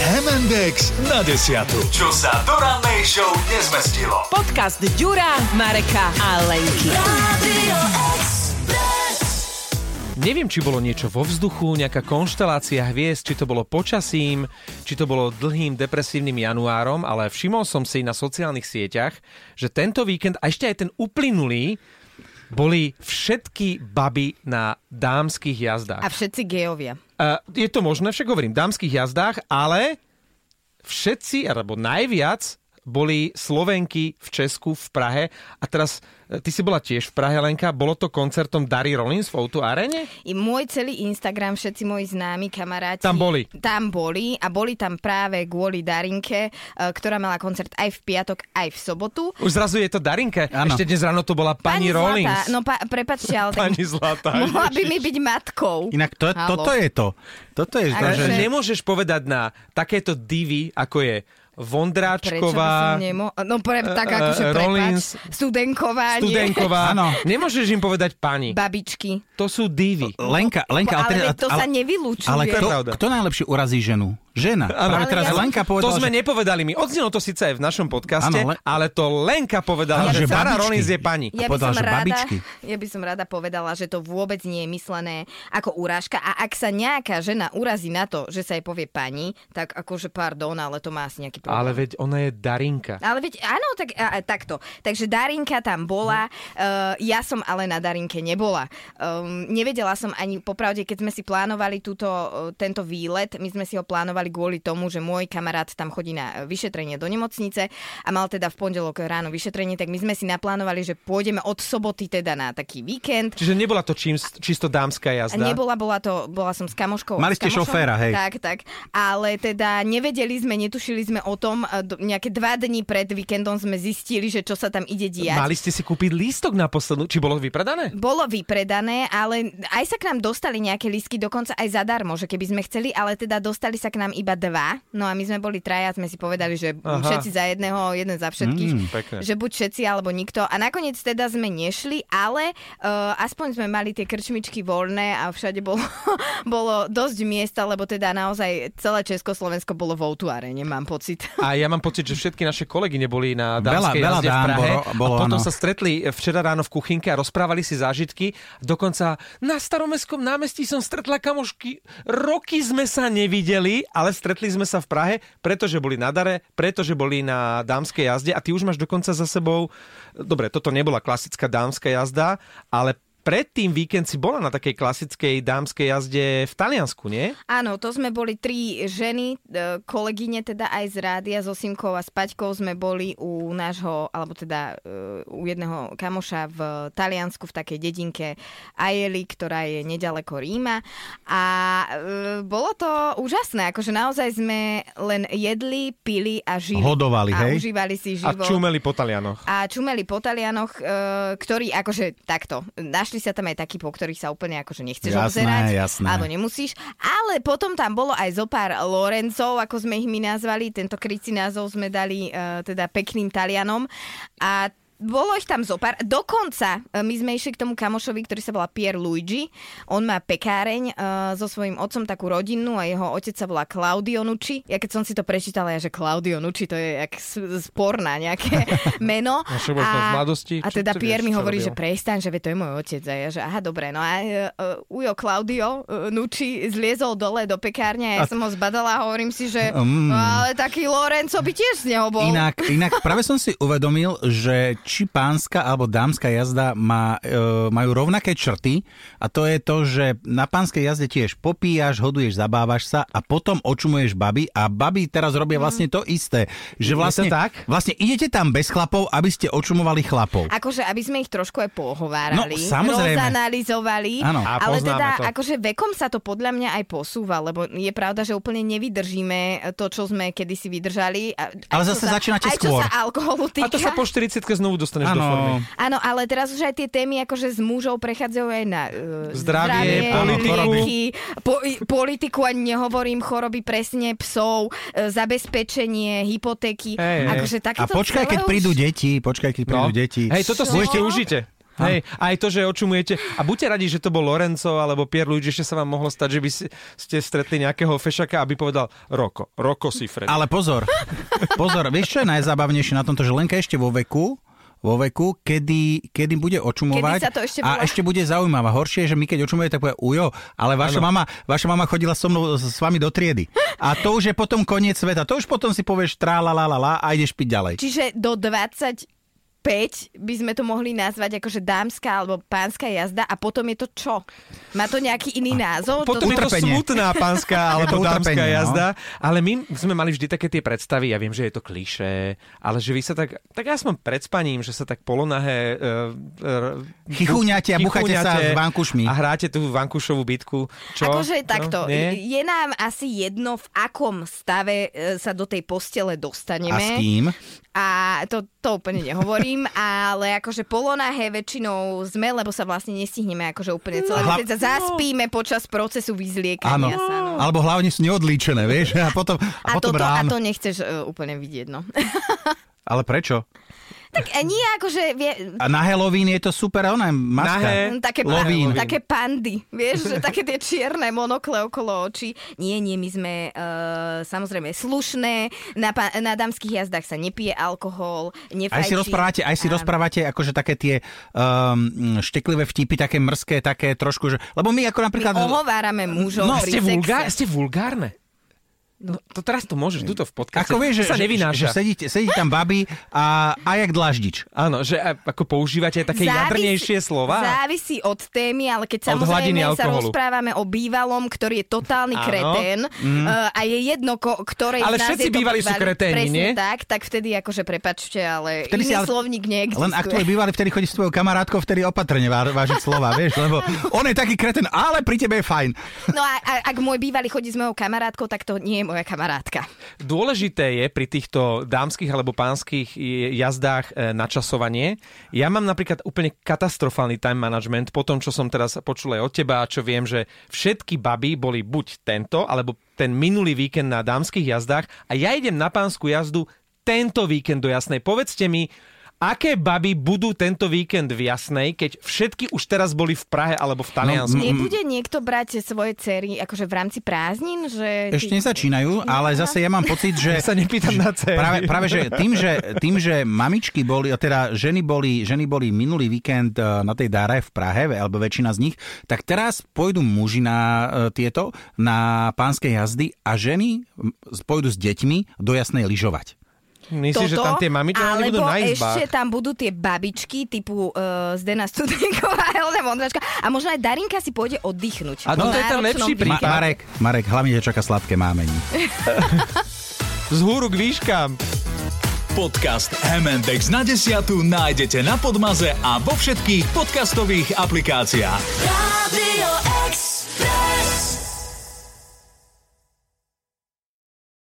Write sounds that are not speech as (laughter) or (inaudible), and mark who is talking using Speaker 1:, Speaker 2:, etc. Speaker 1: Index na desiatu. Čo sa do rannej show nezmestilo.
Speaker 2: Podcast Ďura, Mareka a Lenky.
Speaker 3: Neviem, či bolo niečo vo vzduchu, nejaká konštelácia hviezd, či to bolo počasím, či to bolo dlhým depresívnym januárom, ale všimol som si na sociálnych sieťach, že tento víkend a ešte aj ten uplynulý boli všetky baby na dámskych jazdách.
Speaker 4: A všetci gejovia.
Speaker 3: Uh, je to možné, však hovorím, dámskych jazdách, ale všetci, alebo najviac boli Slovenky v Česku, v Prahe. A teraz, e, ty si bola tiež v Prahe, Lenka. Bolo to koncertom Dary Rollins v Outu Arene?
Speaker 4: I môj celý Instagram, všetci moji známi kamaráti.
Speaker 3: Tam boli.
Speaker 4: Tam boli a boli tam práve kvôli Darinke, e, ktorá mala koncert aj v piatok, aj v sobotu.
Speaker 3: Už zrazu je to Darinka.
Speaker 5: Áno.
Speaker 3: Ešte dnes ráno to bola pani,
Speaker 4: Zlatá,
Speaker 3: Rollins.
Speaker 4: No pa, prepačte, ale tak
Speaker 3: Pani
Speaker 4: (laughs)
Speaker 3: Zlatá.
Speaker 4: mohla by mi byť matkou.
Speaker 5: Inak to,
Speaker 4: Haló.
Speaker 5: toto je to. Toto je to,
Speaker 4: Ale
Speaker 5: že...
Speaker 3: Že nemôžeš povedať na takéto divy, ako je
Speaker 4: Prečo by som
Speaker 3: Vondráčková,
Speaker 4: nemo... No pre, tak
Speaker 3: e,
Speaker 4: akože
Speaker 3: e, Rollins.
Speaker 4: prepač. Studenková. nie?
Speaker 3: Studenková.
Speaker 5: Áno.
Speaker 3: Nemôžeš im povedať pani.
Speaker 4: Babičky.
Speaker 3: To sú divy.
Speaker 5: Lenka, Lenka,
Speaker 4: ale
Speaker 5: teda-
Speaker 4: veď to sa nevylučuje.
Speaker 5: Ale
Speaker 3: To je
Speaker 5: kto,
Speaker 3: pravda.
Speaker 5: kto najlepšie urazí ženu? Žena. Práve
Speaker 4: Ale
Speaker 5: teraz
Speaker 4: ja-
Speaker 5: Lenka povedala,
Speaker 3: to sme
Speaker 5: že...
Speaker 3: nepovedali my. Odznelo to síce aj v našom podcaste, ale...
Speaker 5: Áno, ale-
Speaker 3: ale to Lenka povedala,
Speaker 5: Ale
Speaker 3: že
Speaker 5: že
Speaker 3: Sara
Speaker 5: babičky.
Speaker 3: Rollins je pani.
Speaker 5: A povedala, že babičky.
Speaker 4: ja by som rada povedala, že to vôbec nie je myslené ako urážka a ak sa nejaká žena urazí na to, že sa jej povie pani, tak akože pardon, ale to má asi nejaký problém.
Speaker 3: Ale veď ona je Darinka.
Speaker 4: Ale veď, áno, tak, a, a, takto. Takže Darinka tam bola, uh, ja som ale na Darinke nebola. Um, nevedela som ani, popravde, keď sme si plánovali túto, uh, tento výlet, my sme si ho plánovali kvôli tomu, že môj kamarát tam chodí na eh, vyšetrenie do nemocnice a mal teda v pondelok ráno vyšetrenie, tak my sme si naplánovali, že pôjdeme od soboty teda na taký víkend.
Speaker 3: Čiže nebola to čím, čisto dámska
Speaker 4: A
Speaker 3: jazda.
Speaker 4: Nebola, bola to, bola som s kamoškou.
Speaker 5: Mali
Speaker 4: s
Speaker 5: ste
Speaker 4: kamošom.
Speaker 5: šoféra, hej.
Speaker 4: Tak, tak. Ale teda nevedeli sme, netušili sme o tom, a do- nejaké dva dní pred víkendom sme zistili, že čo sa tam ide diať.
Speaker 3: Mali ste si kúpiť lístok na poslednú, či bolo vypredané?
Speaker 4: Bolo vypredané, ale aj sa k nám dostali nejaké lísky, dokonca aj zadarmo, že keby sme chceli, ale teda dostali sa k nám iba dva. No a my sme boli traja, sme si povedali, že
Speaker 3: Aha.
Speaker 4: Aha. všetci za jedného, jeden za všetkých.
Speaker 3: Mm, pekne.
Speaker 4: že buď všetci alebo nikto. A nakoniec teda sme nešli, ale uh, aspoň sme mali tie krčmičky voľné a všade bolo, (laughs) bolo dosť miesta, lebo teda naozaj celé Československo bolo v Outu arene, mám pocit.
Speaker 3: A ja mám pocit, že všetky naše kolegy neboli na
Speaker 5: Veľa-
Speaker 3: dámskej
Speaker 5: veľa
Speaker 3: jazde v
Speaker 5: dám
Speaker 3: Prahe.
Speaker 5: bolo- bolo,
Speaker 3: a potom
Speaker 5: áno.
Speaker 3: sa stretli včera ráno v kuchynke a rozprávali si zážitky. Dokonca na staromestskom námestí som stretla kamošky. Roky sme sa nevideli, ale stretli sme sa v Prahe, pretože boli na dare, pretože boli na dámskej jazde a ty už máš dokonca za sebou... Dobre, toto nebola klasická dámska jazda, ale predtým víkend si bola na takej klasickej dámskej jazde v Taliansku, nie?
Speaker 4: Áno, to sme boli tri ženy, e, kolegyne teda aj z rádia, so Simkou a s Paťkou sme boli u nášho, alebo teda e, u jedného kamoša v Taliansku v takej dedinke Ajeli, ktorá je nedaleko Ríma. A e, bolo to úžasné, akože naozaj sme len jedli, pili a žili.
Speaker 5: Hodovali,
Speaker 4: a
Speaker 5: hej?
Speaker 4: užívali si
Speaker 3: A
Speaker 4: život
Speaker 3: čumeli po Talianoch.
Speaker 4: a čumeli po Talianoch, e, ktorí akože takto, našli sa tam aj takí, po ktorých sa úplne akože nechceš
Speaker 5: Jasné,
Speaker 4: obzerať,
Speaker 5: jasné.
Speaker 4: alebo nemusíš, ale potom tam bolo aj zo pár Lorencov, ako sme ich my nazvali, tento krycí názov sme dali e, teda pekným Talianom a bolo ich tam zopár. Dokonca e, my sme išli k tomu kamošovi, ktorý sa volá Pier Luigi. On má pekáreň e, so svojím otcom, takú rodinnú a jeho otec sa volá Claudio Nucci. Ja keď som si to prečítala, ja že Claudio Nucci, to je jak s- sporná nejaké (laughs) meno.
Speaker 3: No však bol to z mladosti.
Speaker 4: A
Speaker 3: Čo-
Speaker 4: teda
Speaker 3: čo
Speaker 4: Pierre
Speaker 3: vieš,
Speaker 4: mi
Speaker 3: čo
Speaker 4: hovorí,
Speaker 3: robil?
Speaker 4: že prestaň, že veď to je môj otec. A ja, že aha, dobre. No a uh, Ujo Claudio uh, Nucci zliezol dole do pekárne a ja som ho zbadala a hovorím si, že no,
Speaker 5: Mm.
Speaker 4: ale taký Lorenzo by tiež z neho bol.
Speaker 5: Inak, inak práve som si uvedomil, že či pánska alebo dámska jazda má, e, majú rovnaké črty a to je to, že na pánskej jazde tiež popíjaš, hoduješ, zabávaš sa a potom očumuješ baby a baby teraz
Speaker 4: Mhm.
Speaker 5: robia vlastne to isté. Že vlastne,
Speaker 3: tak?
Speaker 5: vlastne idete tam bez chlapov, aby ste očumovali chlapov.
Speaker 4: Akože, aby sme ich trošku aj pohovárali,
Speaker 5: No, samozrejme.
Speaker 4: rozanalizovali,
Speaker 5: Áno.
Speaker 3: A
Speaker 4: ale
Speaker 3: poznáme
Speaker 4: teda
Speaker 3: to.
Speaker 4: akože vekom sa to podľa mňa aj posúva, lebo je pravda, že úplne nevydržíme to, čo sme kedysi vydržali. A- aj
Speaker 5: Ale
Speaker 4: čo
Speaker 5: zase
Speaker 4: sa,
Speaker 5: začínate
Speaker 4: aj čo
Speaker 5: skôr.
Speaker 4: sa alkoholu týka.
Speaker 3: A to sa po 40 znovu dostaneš do formy.
Speaker 5: Áno,
Speaker 4: Áno, ale teraz už aj tie témy akože s mužov prechádzajú aj na uh,
Speaker 3: Zdravie,
Speaker 5: politiku.
Speaker 4: lieky, po, i- politiku ani nehovorím, choroby presne psov, e, zabezpečenie, hypotéky.
Speaker 3: Hej, hej.
Speaker 4: akože
Speaker 5: a
Speaker 4: takéto
Speaker 5: počkaj,
Speaker 4: celé
Speaker 5: keď
Speaker 4: už-
Speaker 5: prídu deti, počkaj, keď prídu deti.
Speaker 3: No. Hej, toto si
Speaker 4: Čo?
Speaker 3: ešte užite. Hej, aj to, že očumujete. A buďte radi, že to bol Lorenzo alebo Pierluigi, že sa vám mohlo stať, že by si- ste stretli nejakého fešaka, aby povedal Roko. Roko si Fred.
Speaker 5: Ale pozor, pozor, vieš, čo je najzábavnejšie na tomto, že Lenka je ešte vo veku, vo veku, kedy, kedy bude očumovať
Speaker 4: Kedy sa to ešte
Speaker 5: a
Speaker 4: volá?
Speaker 5: ešte bude zaujímavá. Horšie je, že my keď očumuje, tak povie, ujo, ale vaša mama, vaša mama chodila so mnou, s vami do triedy. A to už je potom koniec sveta. To už potom si povieš trá la la la, la a ideš piť ďalej.
Speaker 4: Čiže do 25 by sme to mohli nazvať akože dámska alebo pánska jazda a potom je to čo? Má to nejaký iný názov?
Speaker 3: Potom
Speaker 4: to...
Speaker 3: je to
Speaker 5: Utrpenie.
Speaker 3: smutná pánska alebo
Speaker 5: Je (laughs) to
Speaker 3: dámska
Speaker 5: utrpenie, no.
Speaker 3: jazda. Ale my sme mali vždy také tie predstavy, ja viem, že je to klišé, ale že vy sa tak, tak ja som pred spaním, že sa tak polonahé... Uh,
Speaker 5: Chichúňate a bucháte sa s vankušmi.
Speaker 3: A hráte tú vankušovú bitku. Čo?
Speaker 4: Akože takto,
Speaker 3: No, nie?
Speaker 4: je nám asi jedno, v akom stave e, sa do tej postele dostaneme.
Speaker 5: A s kým?
Speaker 4: A to, to úplne
Speaker 5: (laughs)
Speaker 4: nehovorím, ale akože polonahé väčšinou sme, lebo sa vlastne nestihneme akože úplne celé. No,
Speaker 5: No.
Speaker 4: sa zaspíme počas procesu
Speaker 5: Áno.
Speaker 4: vyzliekania sa. No.
Speaker 5: Alebo hlavne sú neodlíčené, vieš? A potom, a
Speaker 4: A,
Speaker 5: potom
Speaker 4: toto, a
Speaker 5: ráno.
Speaker 4: to nechceš e, úplne vidieť, no. (laughs)
Speaker 5: Ale prečo?
Speaker 4: tak e, nie akože, vie,
Speaker 5: A na Halloween je to super, ona je maska.
Speaker 3: Nahé.
Speaker 4: Mm, také, pa-
Speaker 5: Lovín.
Speaker 4: také pandy,
Speaker 5: (laughs)
Speaker 4: vieš, že také tie čierne monokle okolo očí. Nie, nie, my sme uh, samozrejme slušné, na, pa- na dámskych jazdách sa nepije alkohol, nefajčí.
Speaker 5: Aj si rozprávate, aj si
Speaker 4: Áno.
Speaker 5: rozprávate akože také tie um, šteklivé vtipy, také mrské, také trošku, že... Lebo my ako napríklad...
Speaker 4: Ohovárame mužov
Speaker 3: No,
Speaker 4: pri
Speaker 3: ste,
Speaker 4: sexe.
Speaker 3: vulgá, ste vulgárne. No, to teraz to môžeš, tuto v podcaste.
Speaker 5: Ako vieš,
Speaker 3: To sa
Speaker 5: že, že, že
Speaker 3: nevynáša.
Speaker 5: sedí, sedí tam babi a, a jak dlaždič.
Speaker 3: Áno, že a- ako používate také
Speaker 4: Závisí-
Speaker 3: jadrnejšie slova.
Speaker 4: Závisí od témy, ale keď
Speaker 3: Od hladiny
Speaker 4: samozrejme sa
Speaker 3: alkoholu.
Speaker 4: rozprávame o bývalom, ktorý je totálny
Speaker 3: Áno.
Speaker 4: kretén mm. a je jedno, ko, ktoré
Speaker 3: Ale
Speaker 4: z nás
Speaker 3: všetci
Speaker 4: je to
Speaker 3: bývalí sú
Speaker 4: bývalý.
Speaker 3: kreténi,
Speaker 4: Presne
Speaker 3: nie?
Speaker 4: tak, tak vtedy akože prepačte, ale
Speaker 5: Vtedy si
Speaker 4: iný
Speaker 5: ale-
Speaker 4: slovník neexistuje.
Speaker 5: Len ak tvoj bývalý vtedy chodí s tvojou kamarátkou, vtedy opatrne vá- vážiť slova, vieš, lebo on je taký kreten, ale pri tebe je fajn.
Speaker 4: No a, a ak môj bývalý chodí s mojou kamarátkou, tak to nie je moja kamarátka.
Speaker 3: Dôležité je pri týchto dámskych alebo pánskych e, jazdách e, načasovanie. Ja mám napríklad úplne katastrofálny time management po tom, čo som teraz počul aj od teba, a čo viem, že všetky baby boli buď tento, alebo ten minulý víkend na dámskych jazdách a ja idem na pánsku jazdu tento víkend do Jasnej. Povedzte mi, aké baby budú tento víkend v Jasnej, keď všetky už teraz boli v Prahe alebo
Speaker 5: No,
Speaker 3: v Taliansku?
Speaker 4: Nebude niekto brať svoje cery akože v rámci prázdnin? Že
Speaker 5: Ešte nezačínajú, ale zase ja mám pocit, že...
Speaker 3: Ja sa nepýtam na céry.
Speaker 5: Práve, práve že, tým, že tým, že mamičky boli, teda ženy boli, ženy boli minulý víkend eh, na tej dáre v Prahe, alebo väčšina z nich, tak teraz pôjdu muži na eh, tieto, na pánske jazdy a ženy m, pôjdu s deťmi do jasnej lyžovať.
Speaker 3: Myslíš, že tam tie mamičky ale
Speaker 4: alebo
Speaker 3: nebudú na izbách?
Speaker 4: ešte tam budú tie babičky typu uh, Zdena Studenková, Helena Vondračka a možno aj Darinka si pôjde oddychnúť.
Speaker 3: A
Speaker 4: Po
Speaker 3: toto je ten
Speaker 4: náročnom
Speaker 3: lepší
Speaker 4: dni.
Speaker 5: Ma-
Speaker 3: Prípad.
Speaker 5: Marek, Marek, hlavne ťa čaká sladké mámení.
Speaker 3: Z húru k výškam.
Speaker 1: Podcast M&X na desiatu nájdete na Podmaze a vo všetkých podcastových aplikáciách.
Speaker 6: Radio X.